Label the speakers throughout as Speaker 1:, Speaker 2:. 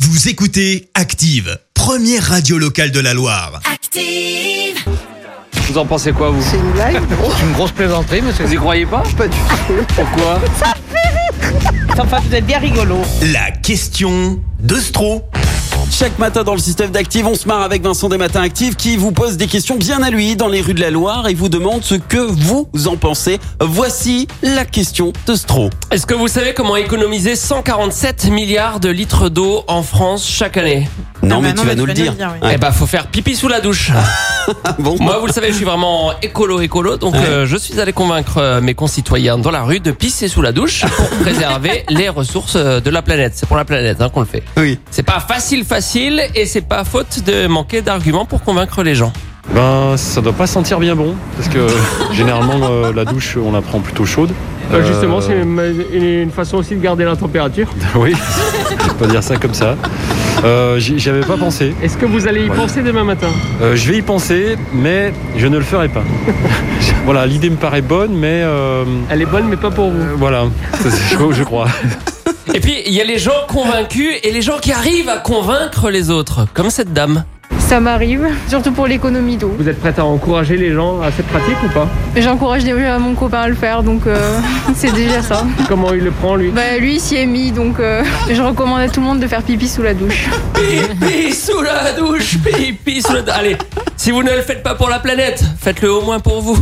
Speaker 1: Vous écoutez Active, première radio locale de la Loire.
Speaker 2: Active!
Speaker 3: Vous en pensez quoi, vous
Speaker 4: C'est une blague
Speaker 3: C'est une grosse plaisanterie, monsieur. Vous y croyez pas
Speaker 4: Pas du tout.
Speaker 3: Pourquoi
Speaker 4: Enfin, vous êtes bien rigolo.
Speaker 1: La question de Stro.
Speaker 5: Chaque matin dans le système d'Active, on se marre avec Vincent des Matins Active qui vous pose des questions bien à lui dans les rues de la Loire et vous demande ce que vous en pensez. Voici la question de Stro.
Speaker 6: Est-ce que vous savez comment économiser 147 milliards de litres d'eau en France chaque année
Speaker 5: Non,
Speaker 7: Ah bah
Speaker 5: mais
Speaker 7: non,
Speaker 5: tu vas
Speaker 7: mais
Speaker 5: nous le dire.
Speaker 7: oui.
Speaker 6: Eh bah faut faire pipi sous la douche.
Speaker 5: Ah bon
Speaker 6: Moi vous le savez, je suis vraiment écolo écolo donc euh, je suis allé convaincre euh, mes concitoyens dans la rue de pisser sous la douche pour préserver les ressources euh, de la planète. C'est pour la planète hein, qu'on le fait.
Speaker 5: Oui.
Speaker 6: C'est pas facile facile et c'est pas faute de manquer d'arguments pour convaincre les gens.
Speaker 8: Ben, ça doit pas sentir bien bon, parce que généralement euh, la douche, on la prend plutôt chaude. Euh,
Speaker 9: Justement, c'est une une façon aussi de garder la température.
Speaker 8: Oui, je peux dire ça comme ça. Euh, J'y j'y avais pas pensé.
Speaker 9: Est-ce que vous allez y
Speaker 8: Ouais.
Speaker 9: penser demain matin
Speaker 8: Euh, je vais y penser, mais je ne le ferai pas. voilà, l'idée me paraît bonne, mais euh,
Speaker 9: Elle est bonne, mais pas pour vous.
Speaker 8: euh, voilà, Ça, c'est chaud, je crois.
Speaker 6: Et puis il y a les gens convaincus et les gens qui arrivent à convaincre les autres comme cette dame.
Speaker 10: Ça m'arrive, surtout pour l'économie d'eau.
Speaker 9: Vous êtes prête à encourager les gens à cette pratique ou pas
Speaker 10: J'encourage déjà mon copain à le faire, donc euh, c'est déjà ça.
Speaker 9: Comment il le prend, lui
Speaker 10: Bah lui il s'y est mis, donc euh, je recommande à tout le monde de faire pipi sous la douche.
Speaker 6: Pipi sous la douche, pipi sous la douche. Allez, si vous ne le faites pas pour la planète, faites-le au moins pour vous.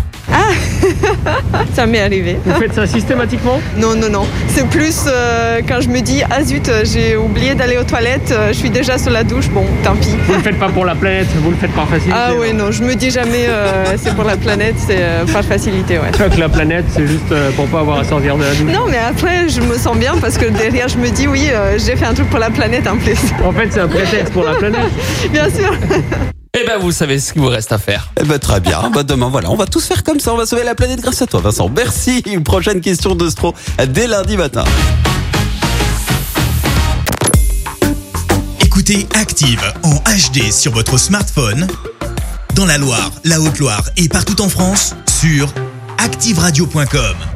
Speaker 7: Ça m'est arrivé.
Speaker 9: Vous faites ça systématiquement
Speaker 7: Non, non, non. C'est plus euh, quand je me dis, ah zut, euh, j'ai oublié d'aller aux toilettes, euh, je suis déjà sous la douche, bon, tant pis.
Speaker 9: Vous ne le faites pas pour la planète, vous le faites par facilité.
Speaker 7: Ah ouais,
Speaker 9: non.
Speaker 7: non, je me dis jamais, euh, c'est pour la planète, c'est euh, par facilité, ouais.
Speaker 9: Fuck la planète, c'est juste euh, pour pas avoir à sortir de la douche.
Speaker 7: Non, mais après, je me sens bien parce que derrière, je me dis, oui, euh, j'ai fait un truc pour la planète en plus.
Speaker 9: En fait, c'est un prétexte pour la planète.
Speaker 7: Bien sûr.
Speaker 6: Eh ben, vous savez ce qu'il vous reste à faire.
Speaker 5: Eh ben, très bien. Bah, demain, voilà, on va tous faire comme ça. On va sauver la planète grâce à toi, Vincent. Merci. Une prochaine question de Stro dès lundi matin.
Speaker 1: Écoutez Active en HD sur votre smartphone, dans la Loire, la Haute-Loire et partout en France, sur activeradio.com.